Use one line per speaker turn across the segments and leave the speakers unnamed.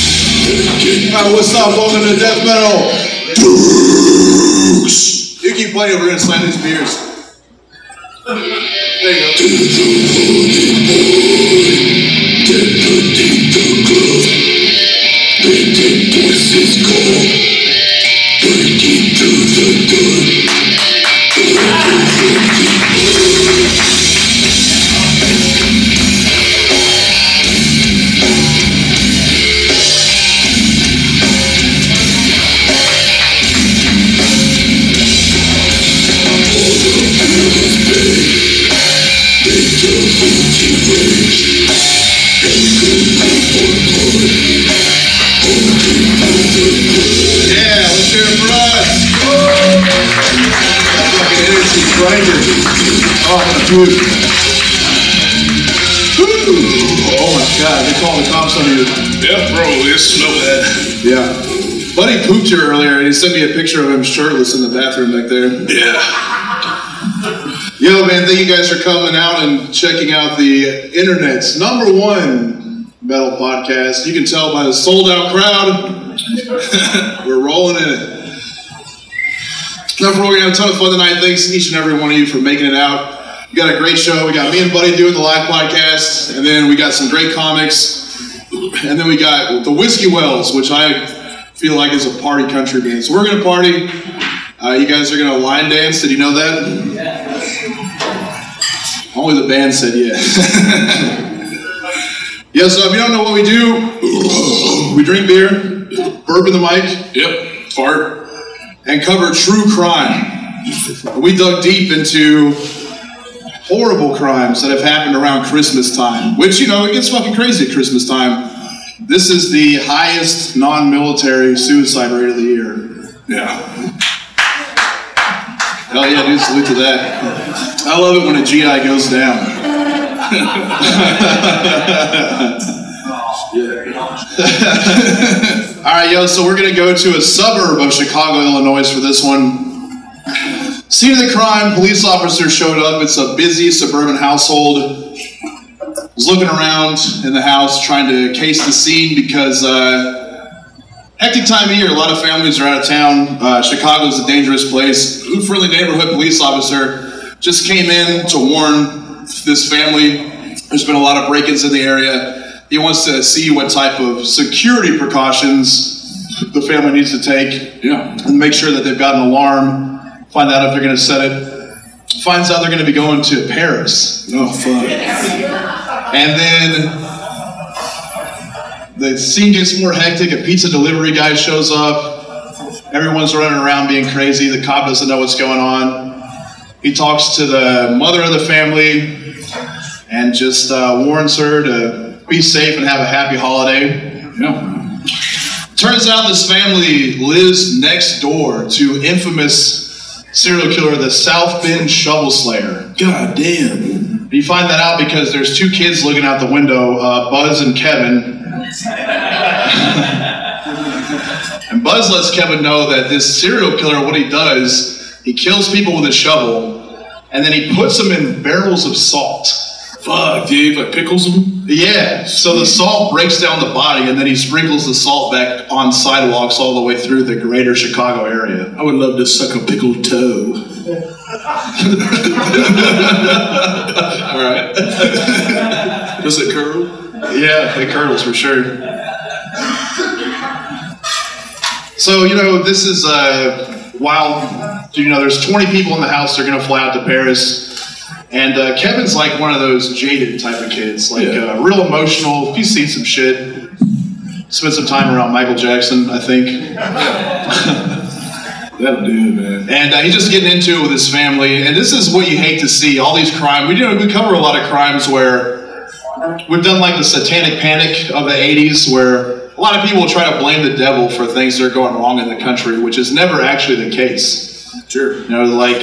Alright, what's up? Welcome to Death Metal. Dukes. You keep playing, we're gonna slam these beers. There you go. Yeah, let's hear it for us. Fucking energy grinder. Oh, dude. Woo. Oh my god, they called the cops on you.
Yeah, bro, you smell that.
Yeah. Buddy pooped here earlier and he sent me a picture of him shirtless in the bathroom back there.
Yeah.
Yo, man, thank you guys for coming out and checking out the internet's number one metal podcast. You can tell by the sold out crowd, we're rolling in it. Now, we're going to have a ton of fun tonight. Thanks each and every one of you for making it out. We got a great show. We got me and Buddy doing the live podcast, and then we got some great comics, and then we got the Whiskey Wells, which I feel like is a party country band. So we're going to party. Uh, you guys are going to line dance. Did you know that? Only the band said yes. yeah, so if you don't know what we do, we drink beer, burp in the mic,
Yep. Fart.
and cover true crime. We dug deep into horrible crimes that have happened around Christmas time, which, you know, it gets fucking crazy at Christmas time. This is the highest non military suicide rate of the year.
Yeah.
Hell Oh, yeah, dude, salute to that. I love it when a GI goes down. All right, yo, so we're going to go to a suburb of Chicago, Illinois for this one. Scene of the crime, police officer showed up. It's a busy suburban household. Was looking around in the house trying to case the scene because uh, Hectic time of year. A lot of families are out of town. Uh, Chicago's a dangerous place. A friendly neighborhood police officer just came in to warn this family. There's been a lot of break ins in the area. He wants to see what type of security precautions the family needs to take
Yeah.
and make sure that they've got an alarm, find out if they're going to set it. Finds out they're going to be going to Paris.
Oh, fuck.
And then the scene gets more hectic. A pizza delivery guy shows up. Everyone's running around being crazy. The cop doesn't know what's going on. He talks to the mother of the family and just uh, warns her to be safe and have a happy holiday.
Yeah.
Turns out this family lives next door to infamous serial killer, the South Bend Shovel Slayer.
God damn.
You find that out because there's two kids looking out the window, uh, Buzz and Kevin. and Buzz lets Kevin know that this serial killer, what he does, he kills people with a shovel, and then he puts them in barrels of salt.
Fuck, dude. Like pickles them?
Yeah, so the salt breaks down the body, and then he sprinkles the salt back on sidewalks all the way through the greater Chicago area.
I would love to suck a pickled toe.
All right.
Does it curl?
Yeah, it curdles for sure. So you know this is uh, wild. You know, there's 20 people in the house. They're gonna fly out to Paris, and uh, Kevin's like one of those jaded type of kids, like
Yeah.
uh, real emotional. He's seen some shit. Spent some time around Michael Jackson, I think,
That'll do it, man.
and uh, he's just getting into it with his family. And this is what you hate to see: all these crimes. We do we cover a lot of crimes where We've done like the satanic panic of the 80s where a lot of people try to blame the devil for things that are going wrong in the country, which is never actually the case.
Sure.
You know, like,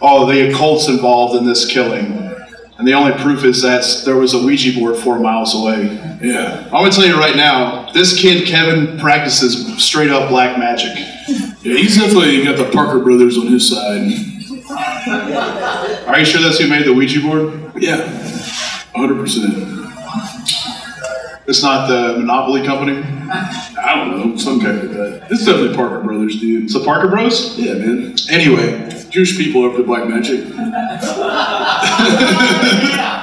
oh, the occult's involved in this killing. And the only proof is that there was a Ouija board four miles away.
Yeah.
I would tell you right now, this kid Kevin practices straight up black magic.
Yeah, he's definitely got the Parker brothers on his side.
Are you sure that's who made the Ouija board?
Yeah. 100%.
It's not the Monopoly company.
I don't know, some kind of that. It's definitely Parker Brothers, dude.
It's the Parker Bros.
Yeah, man.
Anyway,
Jewish people up to black magic.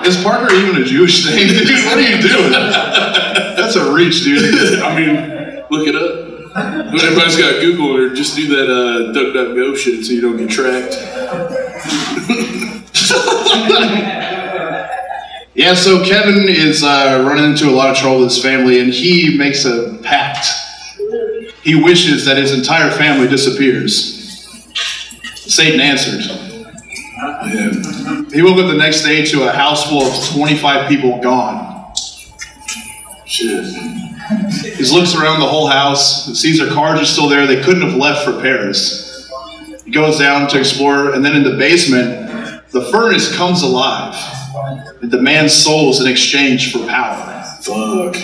is Parker even a Jewish name? Dude, what are you doing? That's a reach, dude.
I mean, look it up. When everybody's got Google or just do that uh, DuckDuckGo shit so you don't get tracked.
Yeah, so Kevin is uh, running into a lot of trouble with his family, and he makes a pact. He wishes that his entire family disappears. Satan answered.
Yeah.
He woke up the next day to a house full of 25 people gone.
Shit.
He looks around the whole house, sees their cars are still there. They couldn't have left for Paris. He goes down to explore, and then in the basement, the furnace comes alive. It demands souls in exchange for power.
Fuck.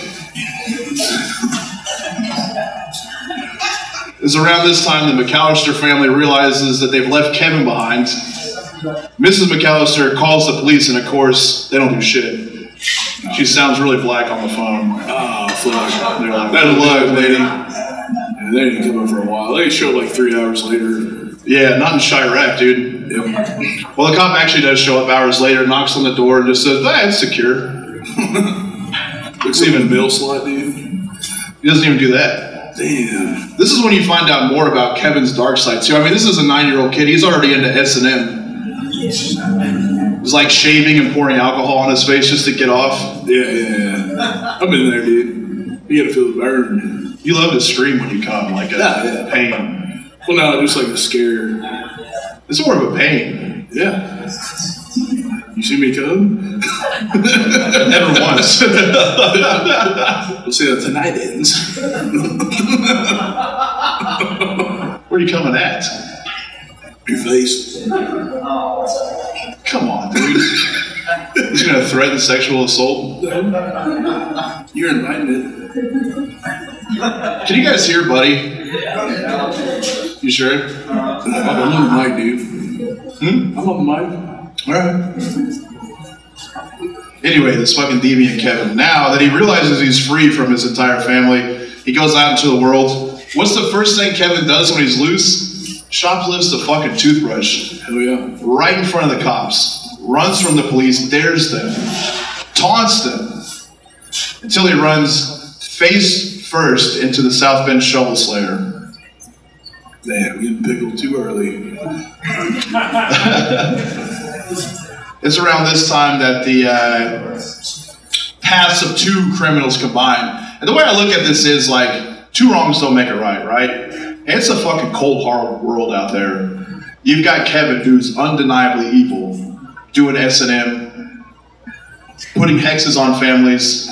It's around this time the McAllister family realizes that they've left Kevin behind. Mrs. McAllister calls the police, and of course, they don't do shit. She sounds really black on the phone.
Oh, fuck.
They're like, "Better luck, lady."
Yeah, they didn't come up for a while. They showed like three hours later.
Yeah, not in Chirac, dude.
Yep.
Well, the cop actually does show up hours later, knocks on the door, and just says, "Ah, it's secure."
Looks even mail slot, dude.
He doesn't even do that.
Damn.
This is when you find out more about Kevin's dark side too. I mean, this is a nine-year-old kid. He's already into S and M. He's like shaving and pouring alcohol on his face just to get off.
Yeah, yeah, yeah. I've been there, dude. You gotta feel the burn.
You love to scream when you come, like a
Yeah, yeah.
pain.
Well, no, just like the scare.
It's more of a pain.
Yeah. You see me come?
Never once. All
Let's see how tonight ends.
Where are you coming at?
Your face.
Come on, dude. He's gonna threaten sexual assault.
You're inviting it.
Can you guys hear, buddy? You sure?
I'm on the mic, dude. Hmm? I'm on the mic.
All right. Anyway, this fucking deviant Kevin. Now that he realizes he's free from his entire family, he goes out into the world. What's the first thing Kevin does when he's loose? Shoplifts the fucking toothbrush
Hell yeah.
right in front of the cops, runs from the police, dares them, taunts them, until he runs face first into the South Bend Shovel Slayer.
Damn, getting pickled too early.
It's around this time that the uh, paths of two criminals combine. And the way I look at this is like two wrongs don't make a right, right? And it's a fucking cold, hard world out there. You've got Kevin, who's undeniably evil, doing S and M, putting hexes on families.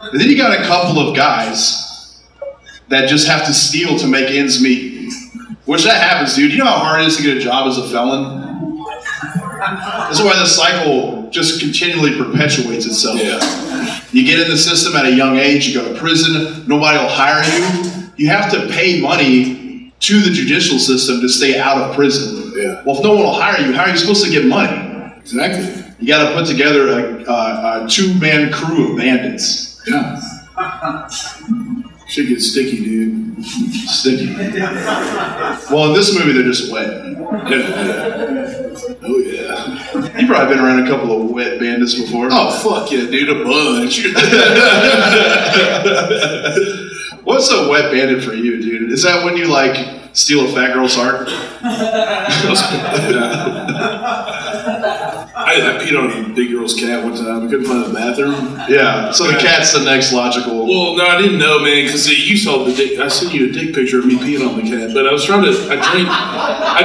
And then you got a couple of guys that just have to steal to make ends meet. Which that happens, dude. You know how hard it is to get a job as a felon? That's why the cycle just continually perpetuates itself.
Yeah.
You get in the system at a young age, you go to prison, nobody will hire you. You have to pay money to the judicial system to stay out of prison.
Yeah.
Well, if no one will hire you, how are you supposed to get money?
Exactly.
You got to put together a, a, a two man crew of bandits.
Yeah. Shit gets sticky, dude.
Sticky. Well, in this movie, they're just wet.
Yeah, yeah. Oh yeah.
You've probably been around a couple of wet bandits before.
Oh fuck yeah, dude, a bunch.
What's a wet bandit for you, dude? Is that when you like steal a fat girl's heart?
I, I peed on a big girl's cat one time. I couldn't find the bathroom.
Yeah. So the cat's the next logical.
Well, no, I didn't know, man, because you saw the dick. I sent you a dick picture of me peeing on the cat, but I was trying to. I drank. I,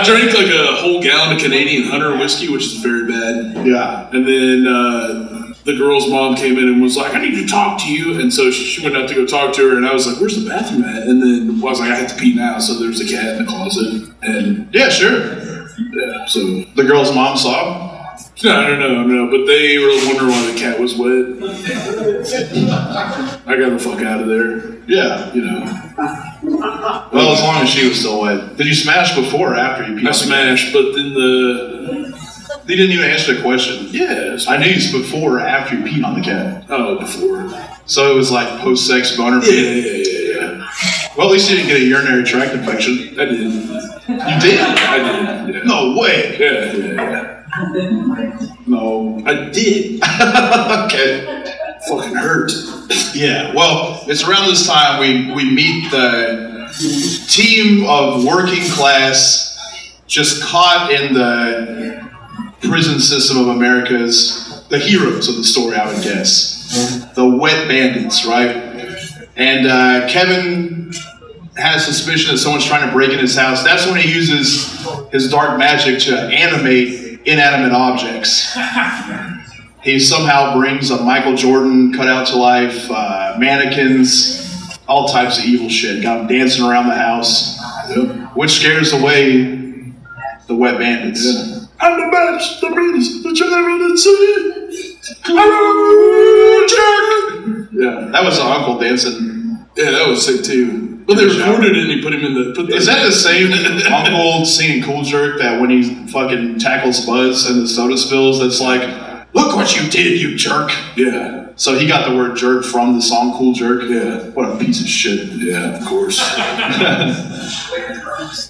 I drank like a whole gallon of Canadian Hunter whiskey, which is very bad.
Yeah.
And then uh, the girl's mom came in and was like, I need to talk to you. And so she, she went out to go talk to her. And I was like, Where's the bathroom at? And then I was like, I have to pee now. So there's a cat in the closet. And
Yeah, sure.
yeah, so
The girl's mom saw him.
No, no, no, no. But they were wondering why the cat was wet. I got the fuck out of there.
Yeah.
You know,
Well, as long as she was still wet. Did you smash before or after you peed?
I
on the-
smashed, but then the
They didn't even answer the question.
yes,
I knew it's before or after you peed on the cat.
oh before.
So it was like post sex boner
Yeah,
pee.
yeah, yeah, yeah.
Well, at least you didn't get a urinary tract infection.
yeah. I did.
You did?
I did. Yeah.
No way.
Yeah, yeah, yeah.
No.
I did.
okay.
Fucking hurt.
Yeah. Well, it's around this time we, we meet the team of working class just caught in the prison system of America's the heroes of the story, I would guess. The wet bandits, right? And uh, Kevin had a suspicion that someone's trying to break in his house. That's when he uses his dark magic to animate inanimate objects. He somehow brings a Michael Jordan cutout to life, uh, mannequins, all types of evil shit. Got him dancing around the house, which scares away the wet bandits.
I'm the best, the greatest, the champion in the city. Hello, Jack. Yeah,
That was the uncle dancing.
yeah, that was sick too. But they recorded it and he put him in the. Put the
Is that the same uncle singing Cool Jerk that when he fucking tackles Buzz and the soda spills, that's like, look what you did, you jerk?
Yeah,
So he got the word jerk from the song Cool Jerk.
yeah,
What a piece of shit.
yeah. Of course.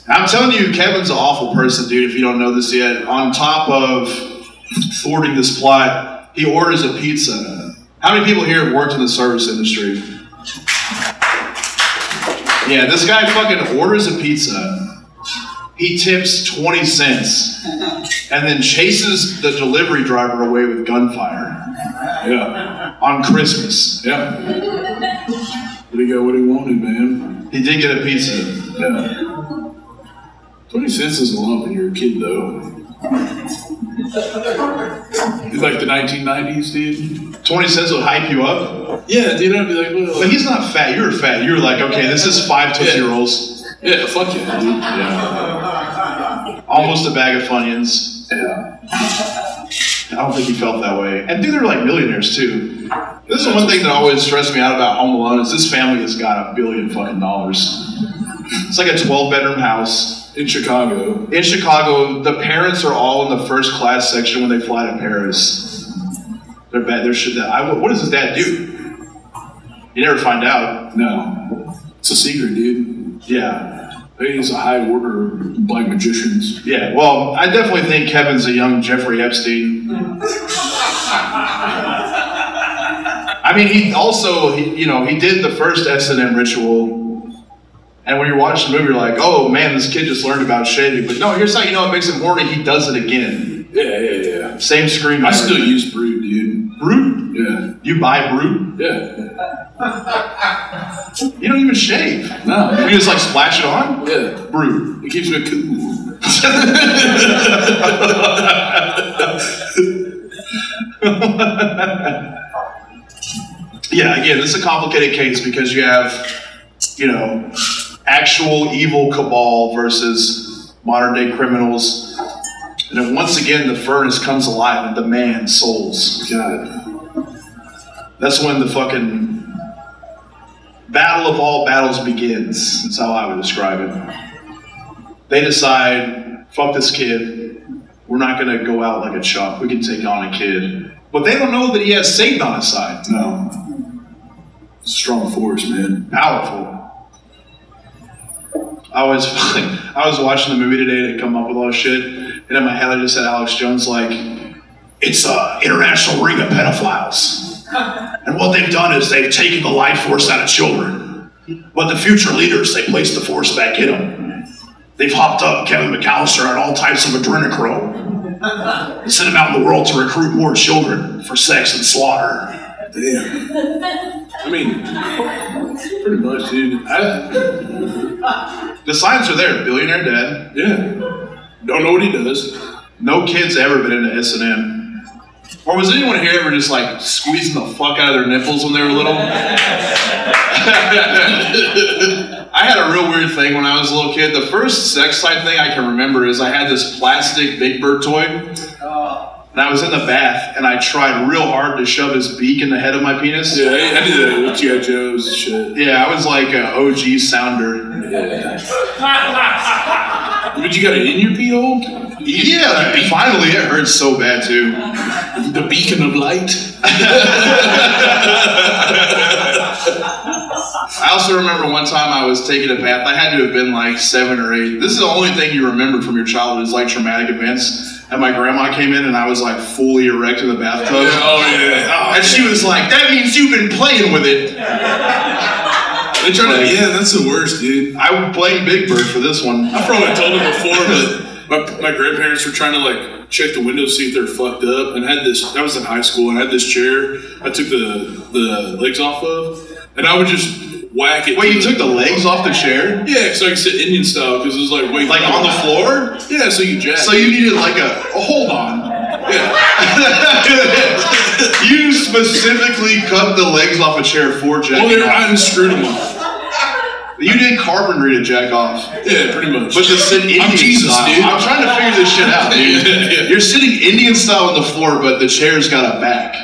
I'm telling you, Kevin's an awful person, dude, if you don't know this yet. On top of thwarting this plot, he orders a pizza. How many people here have worked in the service industry? Yeah, this guy fucking orders a pizza. He tips 20 cents and then chases the delivery driver away with gunfire
Yeah,
on Christmas.
yeah. But he got what he wanted, man.
He did get a pizza.
Yeah. Twenty cents is a lot when you're a kid, though. It's like the 1990s, dude.
20 cents will hype you up.
Yeah, dude. I'd be like, well,
But he's not fat. You're fat. You're like, okay, this is five Tootsie Rolls.
yeah, fuck yeah, dude. Yeah.
almost a bag of Funyuns.
Yeah.
I don't think he felt that way. And dude, they're like millionaires too. This is one thing that always stressed me out about Home Alone is this family has got a billion fucking dollars. It's like a 12 bedroom house.
In Chicago.
In Chicago, the parents are all in the first class section when they fly to Paris. They're bad. They're shit. That I, what does his dad do? You never find out.
No. It's a secret, dude.
Yeah.
He's a high order black magicians.
Yeah. Well, I definitely think Kevin's a young Jeffrey Epstein. I mean, he also, he, you know, he did the first S and M ritual, and when you watch the movie, you're like, "Oh man, this kid just learned about shaving." But no, here's how you know it makes him horny. He does it again.
Yeah, yeah, yeah.
Same screen.
I still use brew, dude.
brute.
Yeah,
You buy brute.
yeah.
You don't even shave.
No,
You just like splash it on.
yeah.
Brute.
It keeps me cool.
Yeah. Again, this is a complicated case because you have, you know, actual evil cabal versus modern day criminals. And then once again, the furnace comes alive and demands souls.
God.
That's when the fucking battle of all battles begins. That's how I would describe it. They decide, fuck this kid. We're not gonna go out like a chump. We can take on a kid. But they don't know that he has Satan on his side.
No. Um, It's a strong force, man.
Powerful. I was I was watching the movie today to come up with all this shit, and in my head I just had Alex Jones like, it's a international ring of pedophiles, and what they've done is they've taken the life force out of children, but the future leaders they placed the force back in them. They've hopped up Kevin McAllister on all types of adrenochrome and sent him out in the world to recruit more children for sex and slaughter.
Damn. I mean, pretty much, dude. I,
The signs are there: billionaire dad,
yeah. Don't know what he does.
No kid's ever been into S and M. Or was anyone here ever just like squeezing the fuck out of their nipples when they were little? I I had a real weird thing when I was a little kid. The first sex type thing I can remember is I had this plastic Big Bird toy. And I was in the bath and I tried real hard to shove his beak in the head of my penis.
Yeah, I, I did that with G.I. Joe's and shit.
Yeah, I was like an OG sounder.
But you got it in your pee hole?
Yeah, finally it hurt so bad too.
The beacon of light?
I also remember one time I was taking a bath. I had to have been like seven or eight. This is the only thing you remember from your childhood is like traumatic events. And my grandma came in and I was like fully erect in the bathtub.
Oh, yeah.
And she was like, that means you've been playing with it.
They try to, yeah, that's the worst, dude.
I blame Big Bird for this one.
I probably told him before, but my, my grandparents were trying to like check the window, see if they're fucked up, and I had this. I was in high school, and I had this chair. I took the the legs off of, and I would just whack it.
Wait, you took the legs off the chair?
Yeah, so I could sit Indian style because it was like wait,
Like on the floor?
Yeah, so you jack.
So you needed like a, a hold on.
yeah.
you specifically cut the legs off a chair for Jack.
Well, they're, I unscrewed them off.
you did carpentry to Jack off.
Yeah, pretty much.
But to sit Indian
Jesus,
style.
dude.
I'm trying to figure this shit out, dude. You're sitting Indian style on the floor, but the chair's got a back.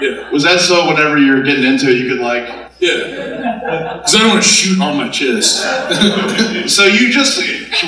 yeah,
Was that so whenever you were getting into it, you could like.
yeah. Because I don't want to shoot on my chest.
So you just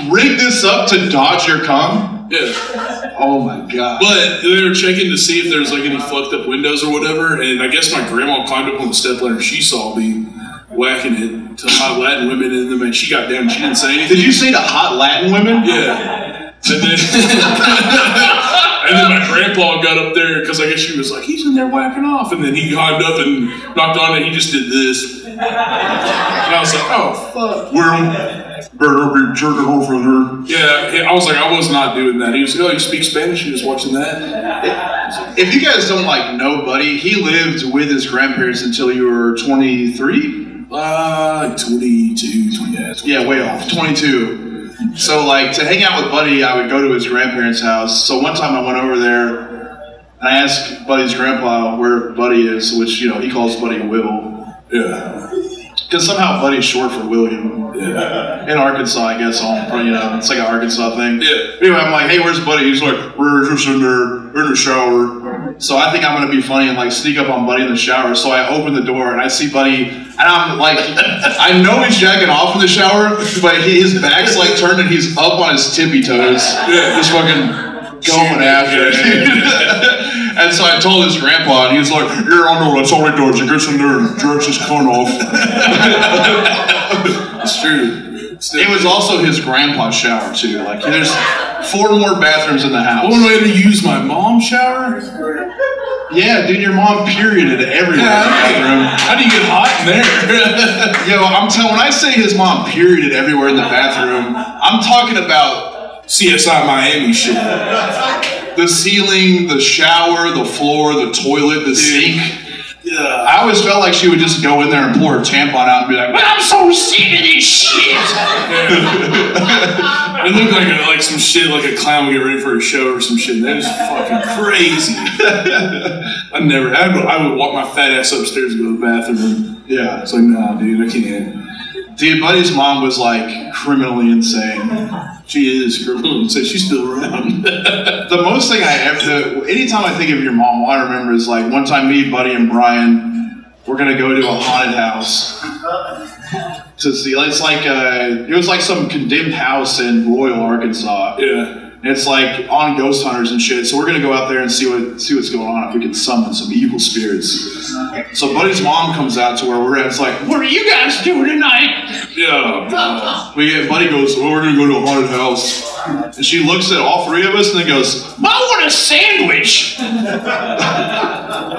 rigged this up to dodge your cum?
yeah.
Oh my god.
But they were checking to see if there was like any fucked up windows or whatever, and I guess my grandma climbed up on the step ladder. and She saw me whacking it to hot Latin women in them, and she got down. She didn't say anything.
Did you say to hot Latin women?
Yeah. And then, and then my grandpa got up there because I guess she was like, he's in there whacking off. And then he climbed up and knocked on it. He just did this, and I was like, oh fuck.
We're better be jerking off with her.
Yeah, yeah, I was like, I was not doing that. He was like, oh, you speak Spanish? He was watching that.
If you guys don't like know Buddy, he lived with his grandparents until you were 23.
Uh, 22, 20, yeah, 22.
Yeah, way off. 22. So, like, to hang out with Buddy, I would go to his grandparents' house. So, one time I went over there and I asked Buddy's grandpa where Buddy is, which, you know, he calls Buddy Will.
Yeah.
Because somehow Buddy's short for William.
Yeah.
In Arkansas, I guess, on, you know, it's like an Arkansas thing.
Yeah.
Anyway, I'm like, hey, where's Buddy? He's like, we're just in there, we're in the shower. So I think I'm gonna be funny and like sneak up on Buddy in the shower. So I open the door and I see Buddy, and I'm like, I know he's jacking off in the shower, but he, his back's like turned and he's up on his tippy toes, just fucking going after it. and so I told his grandpa, and he's like, "You're on the that's all right, George. He gets in there and jerks his corn off."
It's true. Still,
It was also his grandpa's shower too. Like, there's four more bathrooms in the house.
one way to use my mom shower.
Yeah, dude, your mom perioded everywhere in the
Um, How do you get hot in there?
bathroom. Yo, I'm telling when I say his mom perioded everywhere in the bathroom, I'm talking about
CSI Miami shit.
the ceiling, the shower, the floor, the toilet, the sink.
Yeah.
I always felt like she would just go in there and pull her tampon out and be like, "Man, I'm so sick of this shit.
It looked like a, like some shit, like a clown would get ready for a show or some shit. That is fucking crazy. I never. I would, I would walk my fat ass upstairs to go to the bathroom.
Yeah.
It's like, nah, dude, I can't.
Dude, Buddy's mom was like criminally insane.
She is criminal, so she's still around.
The most thing I ever, the, anytime I think of your mom, all I remember is like one time me, Buddy, and Brian, we're gonna go to a haunted house to see. It's like uh it was like some condemned house in Royal, Arkansas.
yeah.
And It's like on ghost hunters and shit. So we're gonna go out there and see what see what's going on if we can summon some evil spirits. So Buddy's mom comes out to where we're at. It's like, what are you guys doing tonight?
Yeah.
We get Buddy goes, well, we're gonna go to a haunted house. And she looks at all three of us and then goes, I want a sandwich.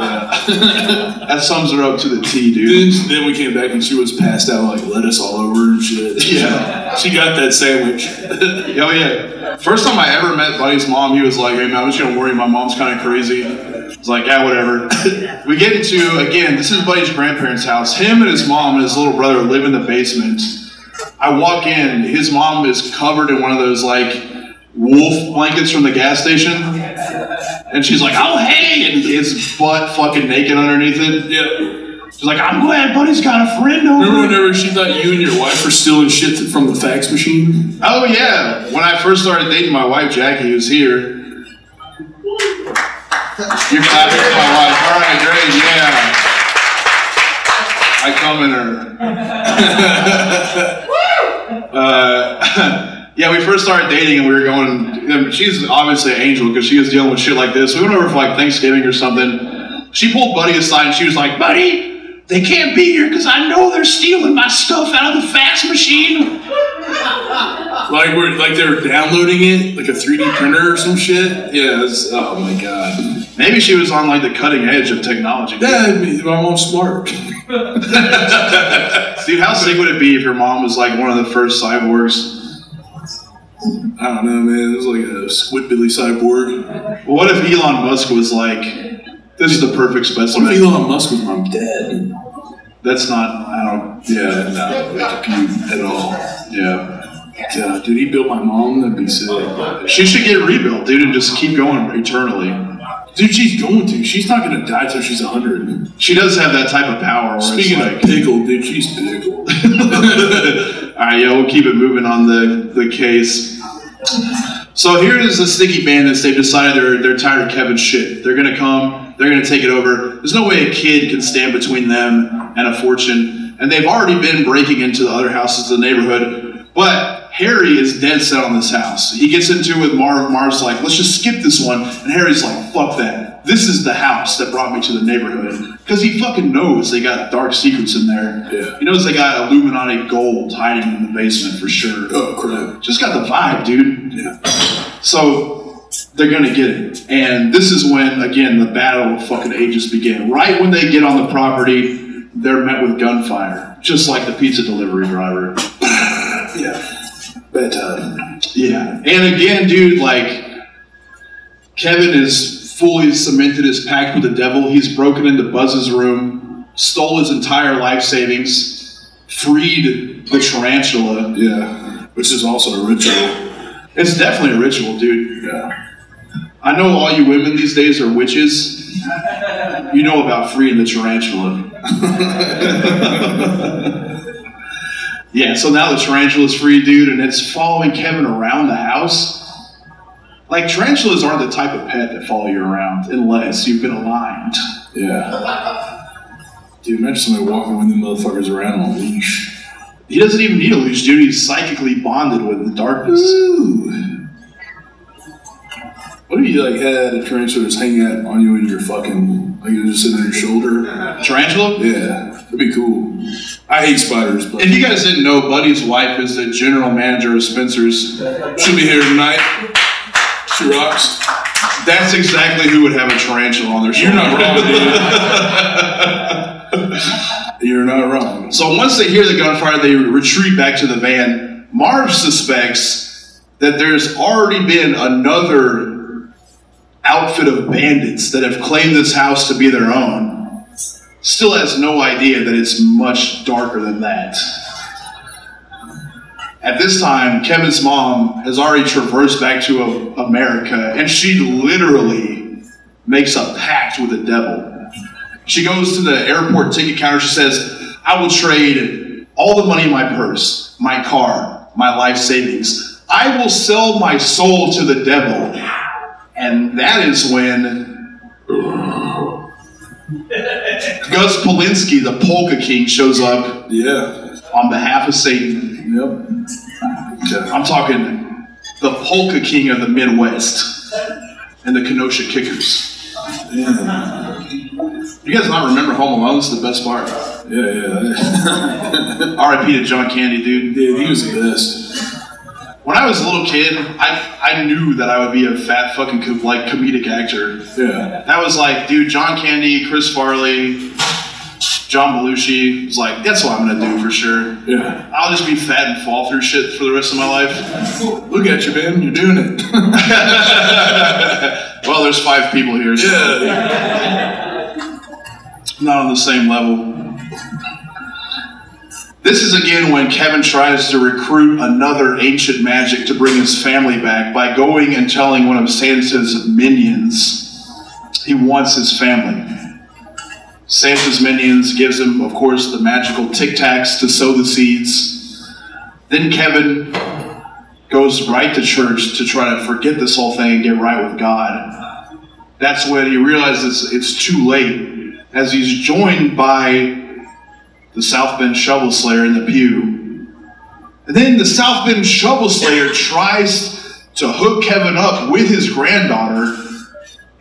that sums her up to the T, dude.
Then, then we came back and she was passed out like lettuce all over and shit.
Yeah.
She got that sandwich.
Oh yeah. First time I ever met Buddy's mom, he was like, "Hey man, I'm just gonna worry. My mom's kind of crazy." I was like, "Yeah, whatever." we get into again. This is Buddy's grandparents' house. Him and his mom and his little brother live in the basement. I walk in. His mom is covered in one of those like wolf blankets from the gas station, and she's like, "Oh hey," and it's butt fucking naked underneath it.
yeah.
She's like, I'm glad Buddy's got a friend over.
Remember whenever she thought you and your wife were stealing shit from the fax machine?
Oh yeah, when I first started dating my wife Jackie, who's here. You're clapping for my wife. All right, great, yeah. I come in her. uh, yeah, we first started dating and we were going. and she's obviously an angel because she was dealing with shit like this. We went over for like Thanksgiving or something. She pulled Buddy aside and she was like, "Buddy, they can't be here because I know they're stealing my stuff out of the fax machine."
Like we're like they were downloading it, like a 3D printer or some shit. Yeah, it's, oh my god.
Maybe she was on like the cutting edge of technology.
Yeah, I mean, my mom's smart.
Dude, how sick would it be if your mom was like one of the first cyborgs?
I don't know, man. It was like a squidbilly cyborg.
What if Elon Musk was like, "This is the perfect
What if
specimen"?
Elon Musk was my dad?
That's not. I don't.
Yeah, no, that could be at all.
Yeah.
Yeah, dude, he built my mom. That'd be sick.
She should get rebuilt, dude, and just keep going eternally.
Dude, she's going to. She's not gonna die till she's hundred.
She does have that type of power. Where
Speaking of
it's like,
pickle, dude, she's pickled.
all right, yeah, we'll keep it moving on the the case. So here is the sticky bandits. They've decided they're they're tired of Kevin's shit. They're gonna come. They're gonna take it over. There's no way a kid can stand between them and a fortune. And they've already been breaking into the other houses in the neighborhood. But Harry is dead set on this house. He gets into it with Marv. Marv's like, let's just skip this one. And Harry's like, fuck that. This is the house that brought me to the neighborhood. Because he fucking knows they got dark secrets in there.
Yeah.
He knows they got Illuminati gold hiding in the basement for sure
Oh crap.
just got the vibe, dude.
Yeah.
So they're gonna get it. And this is when, again, the battle of fucking ages begin. Right when they get on the property, they're met with gunfire, just like the pizza delivery driver.
Yeah. Bad time.
Yeah. And again, dude, like Kevin is fully cemented his pact with the devil. He's broken into Buzz's room, stole his entire life savings, freed the tarantula.
Yeah. Which is also a ritual.
It's definitely a ritual, dude.
Yeah.
I know all you women these days are witches. You know about freeing the tarantula. yeah, so now the tarantula's free, dude, and it's following Kevin around the house. Like, tarantulas aren't the type of pet that follow you around unless you've been aligned.
Yeah. Dude, imagine somebody walking with them motherfuckers around on a leash.
He doesn't even need a leash, dude. He's psychically bonded with the darkness.
Ooh. What if you like had a tarantula just hang out on you and your fucking like it was just sitting on your shoulder?
Tarantula?
Yeah. That'd be cool. I hate spiders, but
If you guys didn't know, Buddy's wife is the general manager of Spencer's.
she'll be here tonight. She rocks.
That's exactly who would have a tarantula on their shoulder.
You're not wrong, dude. You're not wrong.
So once they hear the gunfire, they retreat back to the van. Marv suspects that there's already been another outfit of bandits that have claimed this house to be their own. Still has no idea that it's much darker than that. At this time, Kevin's mom has already traversed back to uh, America, and she literally makes a pact with the devil. She goes to the airport ticket counter. She says, I will trade all the money in my purse, my car, my life savings. I will sell my soul to the devil. And that is when Gus Polinski, the Polka King, shows up
Yeah.
on behalf of Satan.
Yep. Okay.
I'm talking the Polka King of the Midwest and the Kenosha Kickers.
Yeah.
You guys not remember Home Alone? It's the best part.
Yeah. Yeah.
R.I.P. to John Candy, dude.
Dude, he was the best.
When I was a little kid, I, I knew that I would be a fat fucking co- like comedic actor.
Yeah.
That was like, dude, John Candy, Chris Farley, John Belushi. It's like, that's what I'm gonna do for sure.
Yeah.
I'll just be fat and fall through shit for the rest of my life.
Look at you, man. You're doing it.
Well, there's five people here, so
yeah.
I'm not on the same level. This is again when Kevin tries to recruit another ancient magic to bring his family back by going and telling one of Santa's minions he wants his family. Santa's minions gives him, of course, the magical tic tacs to sow the seeds. Then Kevin goes right to church to try to forget this whole thing and get right with God. That's when he realizes it's too late, as he's joined by the South Bend Shovel Slayer in the pew. And then the South Bend Shovel Slayer tries to hook Kevin up with his granddaughter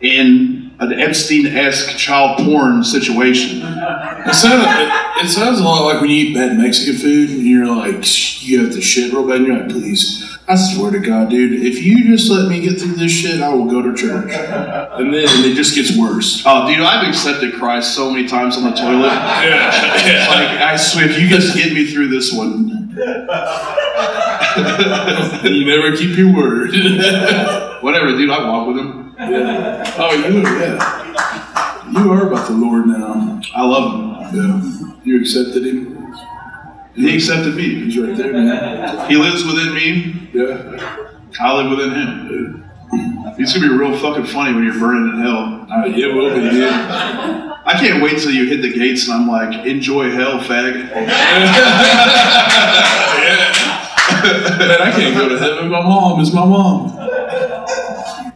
in an Epstein-esque child porn situation.
It sounds, it, it sounds a lot like when you eat bad Mexican food and you're like, sh- you have to shit real bad and you're like, please, I swear to God, dude, if you just let me get through this shit, I will go to church. And then it just gets worse.
Oh, dude, I've accepted Christ so many times on the toilet.
Yeah.
It's like, I swear, if you just get me through this one,
you never keep your word.
whatever, dude, I walk with him.
Oh, you are, yeah. You are about the Lord now.
I love him.
Yeah. You accepted him.
He accepted me.
He's right there, man.
He lives within me.
Yeah.
I live within him. It's gonna be real fucking funny when you're burning in hell.
Uh, it will be, yeah.
I can't wait till you hit the gates and I'm like, enjoy hell, fag.
Man, I can't go to heaven. My mom is my mom.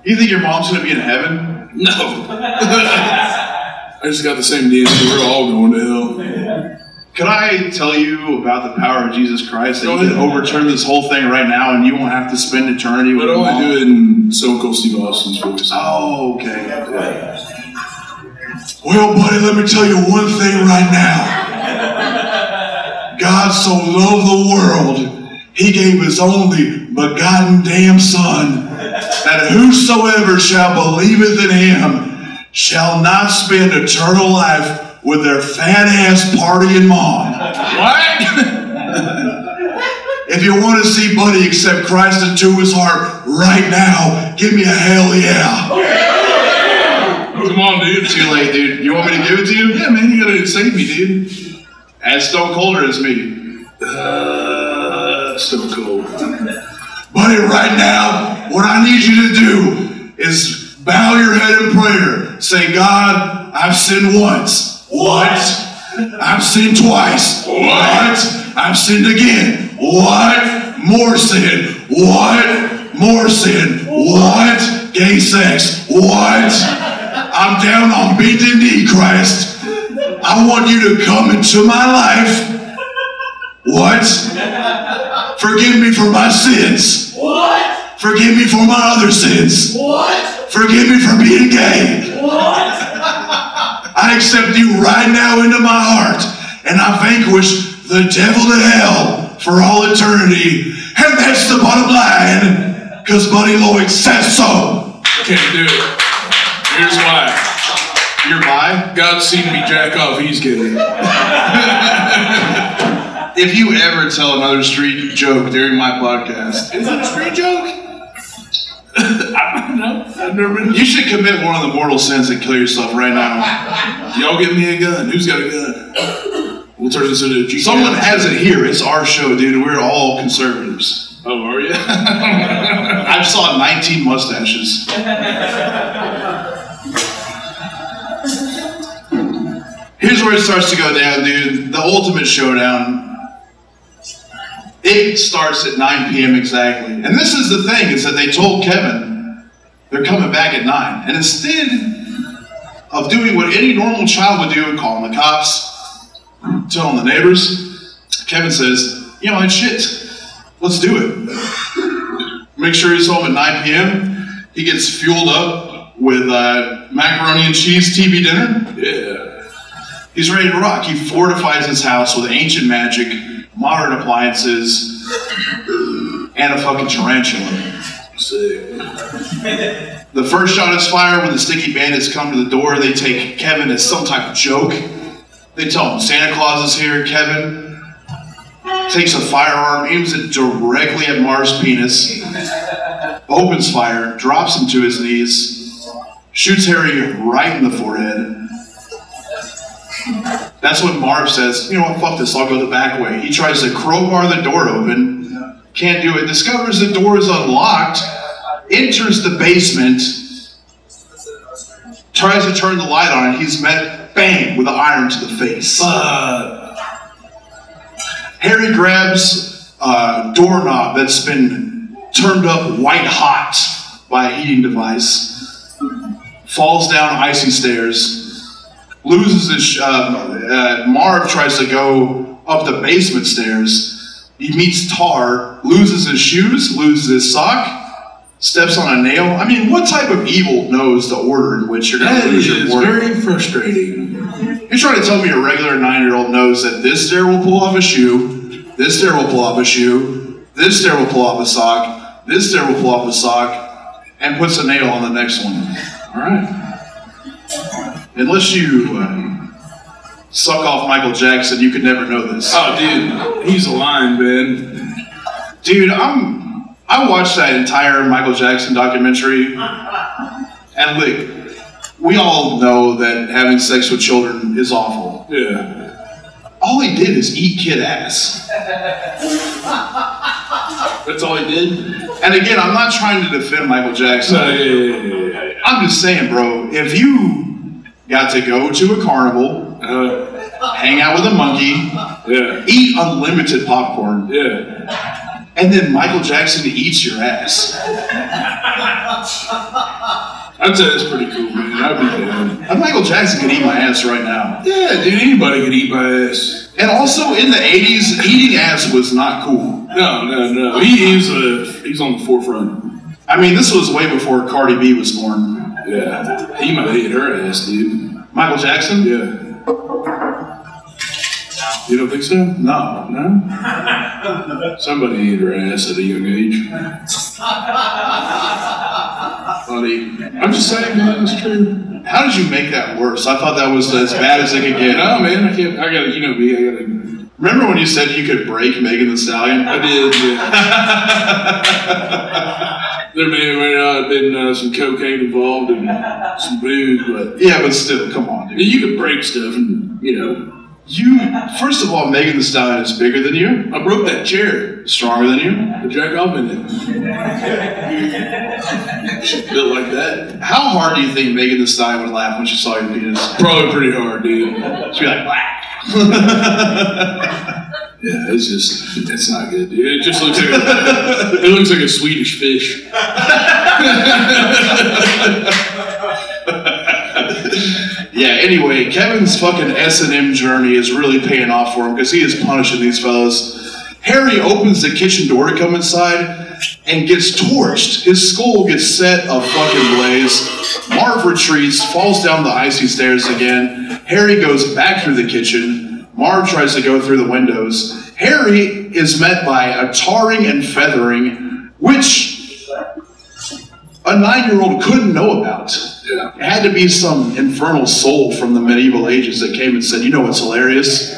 You think your mom's gonna be in heaven?
No. I just got the same DNA. We're all going to hell.
Could I tell you about the power of Jesus Christ that
Go
you can
ahead.
overturn this whole thing right now and you won't have to spend eternity with
But I
your
only
mom?
do it in so cool Steve Austin's voice.
Oh, okay.
Well, buddy, let me tell you one thing right now. God so loved the world, he gave his only begotten damn son, that whosoever shall believeth in him shall not spend eternal life with their fat ass partying mom. What? if you want to see Buddy accept Christ into his heart right now, give me a hell yeah.
Come on, dude. Too late, dude. You want me to give it to you? Yeah, man. You gotta save me, dude. As Stone Colder as me.
Uh, so cool.
Buddy, right now, what I need you to do is bow your head in prayer. Say, God, I've sinned once. What? I've sinned twice. What? I've sinned again. What? More sin. What? More sin. What? Gay sex. What? I'm down on bended knee, Christ. I want you to come into my life. What? Forgive me for my sins. What? Forgive me for my other sins. What? Forgive me for being gay. What? I accept you right now into my heart, and I vanquish the devil to hell for all eternity. And that's the bottom line, because Buddy Lloyd says so.
Can't do it. Here's why.
You're bi?
God's seen me jack off. He's gay.
If you ever tell another street joke during my podcast,
Is that a street joke? I don't know. I've never been.
you should commit one of the mortal sins and kill yourself right now.
Y'all give me a gun. Who's got a gun? We'll turn this into a GTA.
Someone has it here. It's our show, dude. We're all conservatives.
Oh, are you?
I saw 19 mustaches. Here's where it starts to go down, dude. The ultimate showdown. It starts at 9 p.m. exactly. And this is the thing is that they told Kevin they're coming back at 9. And instead of doing what any normal child would do and calling the cops, telling the neighbors, Kevin says, you know, it's shit. Let's do it make sure he's home at 9 p.m. He gets fueled up with uh, macaroni and cheese TV dinner.
yeah.
He's ready to rock. He fortifies his house with ancient magic, modern appliances, and a fucking tarantula.
Sick.
The first shot is fired when the sticky bandits come to the door. They take Kevin as some type of joke. They tell him Santa Claus is here. Kevin takes a firearm, aims it directly at Mars' penis, opens fire, drops him to his knees, shoots Harry right in the forehead. That's when Marv says, You know what, fuck this, I'll go the back way. He tries to crowbar the door open, can't do it, discovers the door is unlocked, enters the basement, tries to turn the light on, and he's met bang with an iron to the face.
Fuck.
Harry grabs a doorknob that's been turned up white hot by a heating device, falls down icy stairs, loses his. Sh- uh, uh, Marv tries to go up the basement stairs. He meets Tar, loses his shoes, loses his sock, steps on a nail. I mean, what type of evil knows the order in which you're going
That
to lose your
is
wardrobe?
very frustrating.
You're trying to tell me a regular nine year old knows that this stair will pull off a shoe, this stair will pull off a shoe, this stair will pull off a sock, this stair will pull off a sock, and puts a nail on the next one.
All right.
Unless you uh, suck off Michael Jackson, you could never know this.
Oh, dude, he's a lion, man.
Dude, I'm I watched that entire Michael Jackson documentary, and like we all know that having sex with children is awful.
Yeah.
All he did is eat kid ass.
That's all he did.
And again, I'm not trying to defend Michael Jackson.
So, Uh, yeah, yeah, yeah, yeah, yeah.
I'm just saying, bro, if you got to go to a carnival,
Uh,
hang out with a monkey,
yeah.
eat unlimited popcorn,
Yeah.
and then Michael Jackson eats your ass.
I'd say that's pretty cool, man. I'd be down.
And Michael Jackson could eat my ass right now.
Yeah, dude, anybody could eat my ass.
And also in the 80s, eating ass was not cool.
No, no, no. He, he's a, he's on the forefront.
I mean, this was way before Cardi B was born.
Yeah. He might eat her ass, dude.
Michael Jackson?
Yeah. You don't think so?
No.
No? Somebody ate her ass at a young age.
Buddy.
I'm just saying, man, it's true.
How did you make that worse? I thought that was as bad as it could get.
No, man, I can't. I gotta, you know me, I gotta.
Remember when you said you could break Megan the Stallion?
I did, yeah. there may or may not have been uh, some cocaine involved and some booze, but
Yeah, but still, come on, dude.
you can break stuff and, you know.
You, first of all, Megan Thee Stallion is bigger than you,
I broke that chair.
stronger than you.
I jack off in it. She built like that.
How hard do you think Megan Thee Stallion would laugh when she saw your penis?
Probably pretty hard, dude.
She'd be like, "Whack."
Yeah, it's just that's not good. Dude. It just looks like a, it looks like a Swedish fish.
Yeah. Anyway, Kevin's fucking S and M journey is really paying off for him because he is punishing these fellows. Harry opens the kitchen door to come inside and gets torched. His skull gets set a fucking blaze. Marv retreats, falls down the icy stairs again. Harry goes back through the kitchen. Marv tries to go through the windows. Harry is met by a tarring and feathering, which a nine-year-old couldn't know about.
Yeah,
It had to be some infernal soul from the medieval ages that came and said, you know what's hilarious?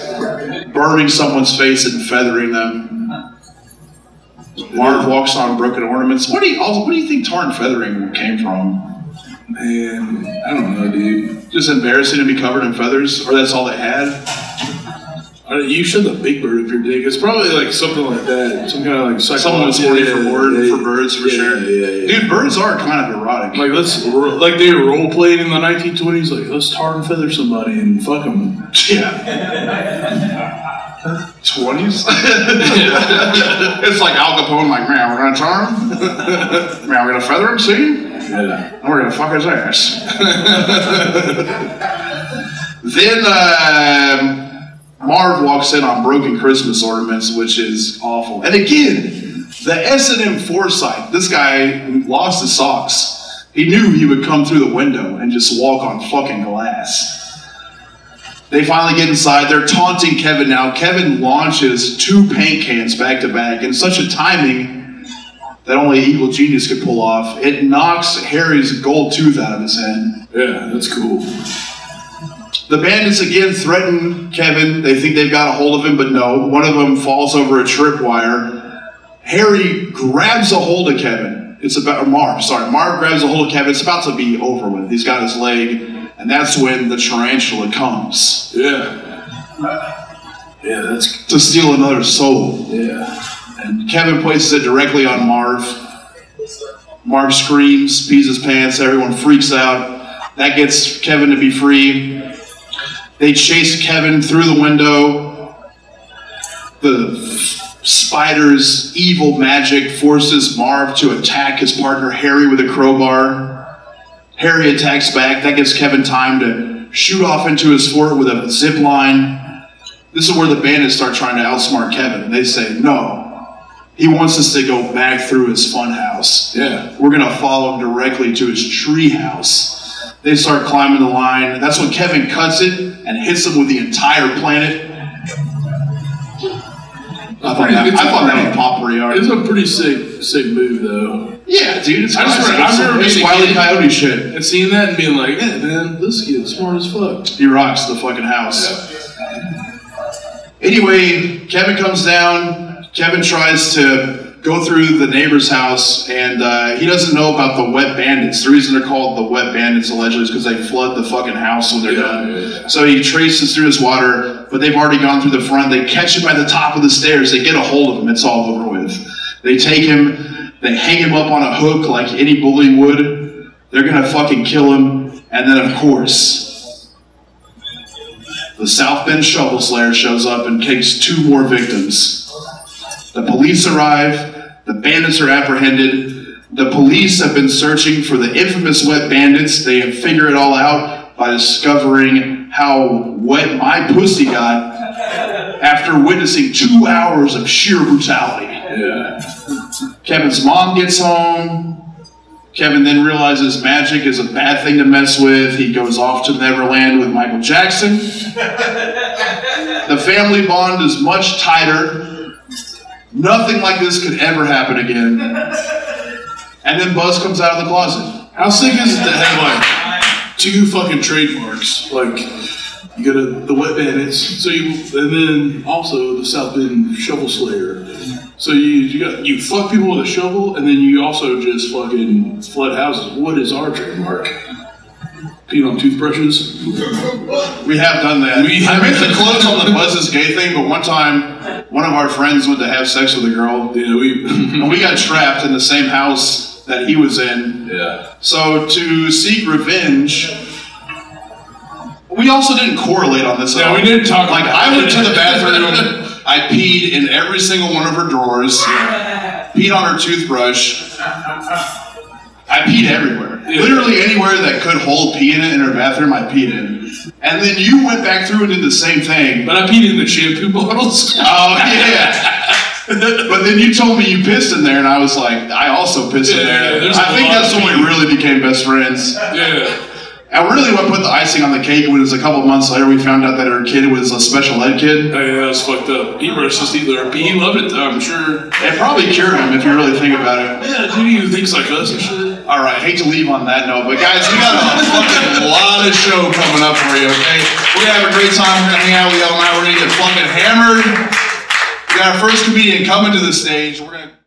Burning someone's face and feathering them. Marv walks on broken ornaments. What do you, also, what do you think tar and feathering came from?
man, I don't know, dude.
Just embarrassing to be covered in feathers? Or that's all they had?
I mean, you shove the big bird up your dick. It's probably like something like that. Some kind of like psychological.
Someone was horny for,
Yeah,
bird,
yeah,
for birds, for
yeah,
sure.
Yeah, yeah, yeah.
Dude, birds are kind of erotic.
Like let's ro- like they role played in the 1920s. Like let's tar and feather somebody and fuck them.
Yeah. 20s? it's like Al Capone, like, man, we're gonna tar him. man, we're gonna feather him, see? And
Yeah,
we're gonna fuck his ass. then um Marv walks in on broken Christmas ornaments, which is awful. And again, the S&M foresight. This guy lost his socks. He knew he would come through the window and just walk on fucking glass. They finally get inside. They're taunting Kevin now. Kevin launches two paint cans back to back in such a timing that only evil genius could pull off. It knocks Harry's gold tooth out of his head.
yeah, that's cool.
The bandits again threaten Kevin. They think they've got a hold of him, but no. One of them falls over a tripwire. Harry grabs a hold of Kevin. It's about or Marv. Sorry, Marv grabs a hold of Kevin. It's about to be over with. He's got his leg, and that's when the tarantula comes
Yeah, yeah, that's
to steal another soul.
yeah.
And Kevin places it directly on Marv. Marv screams, pees his pants, everyone freaks out. That gets Kevin to be free. They chase Kevin through the window. The spider's evil magic forces Marv to attack his partner Harry with a crowbar. Harry attacks back. That gives Kevin time to shoot off into his fort with a zip line. This is where the bandits start trying to outsmart Kevin. They say, no. He wants us to go back through his funhouse.
Yeah.
We're going to follow him directly to his tree house. They start climbing the line. That's when Kevin cuts it and hits him with the entire planet. I thought that, I thought that was pop pretty hard.
It's a pretty sick, sick move though.
Yeah, dude, it's
I just
classic.
remember- I remember
It's
being a
Wile E.
kid.
Coyote shit.
And seeing that and being like, yeah, man, this kid's smart as fuck.
He rocks the fucking house. Anyway, Kevin comes down. Kevin tries to go through the neighbor's house, and uh, he doesn't know about the wet bandits. The reason they're called the wet bandits allegedly is because they flood the fucking house when they're
Yeah,
done.
yeah, yeah.
So he traces through his water, but they've already gone through the front. They catch him by the top of the stairs. They get a hold of him. It's all over with. They take him. They hang him up on a hook like any bully would. They're gonna fucking kill him. And then, of course, the South Bend Shovel Slayer shows up and takes two more victims. The police arrive, the bandits are apprehended. The police have been searching for the infamous wet bandits. They figure it all out by discovering how wet my pussy got after witnessing two hours of sheer brutality.
Yeah.
Kevin's mom gets home. Kevin then realizes magic is a bad thing to mess with. He goes off to Neverland with Michael Jackson. The family bond is much tighter. Nothing like this could ever happen again. And then Buzz comes out of the closet.
How sick is it to have like two fucking trademarks? Like you got a, the Wet Bandits, so you, and then also the South Bend Shovel Slayer. So you you got you fuck people with a shovel, and then you also just fucking flood houses. What is our trademark? Peeing on toothbrushes.
We have done that.
We-
I meant to close on the Buzz's gay thing, but one time, one of our friends went to have sex with a girl,
Yeah, we.
and we got trapped in the same house that he was in.
yeah.
So to seek revenge, we also didn't correlate on this. at
Yeah,
all.
we didn't talk.
Like I went to the bathroom, I peed in every single one of her drawers, peed on her toothbrush. I peed everywhere.
Yeah.
Literally anywhere that could hold pee in it in her bathroom, I peed in. And then you went back through and did the same thing.
But I peed in the shampoo bottles.
Oh yeah. But then you told me you pissed in there, and I was like, I also pissed in there.
Yeah, there's
I
a
think
lot
that's
of
when we
pee.
really became best friends.
yeah.
And really, what put the icing on the cake was a couple months later, we found out that her kid was a special ed kid.
Oh, yeah, that was fucked up. He versus either, but he loved it though, I'm sure.
It probably cured him if you really think about it.
Yeah, dude, he thinks like us and shit.
All right, hate to leave on that note, but guys, we got a fucking lot of show coming up for you. Okay, we're gonna have a great time. We're gonna hang out with y'all tonight. We're gonna get fucking hammered. We got our first comedian coming to the stage. We're gonna.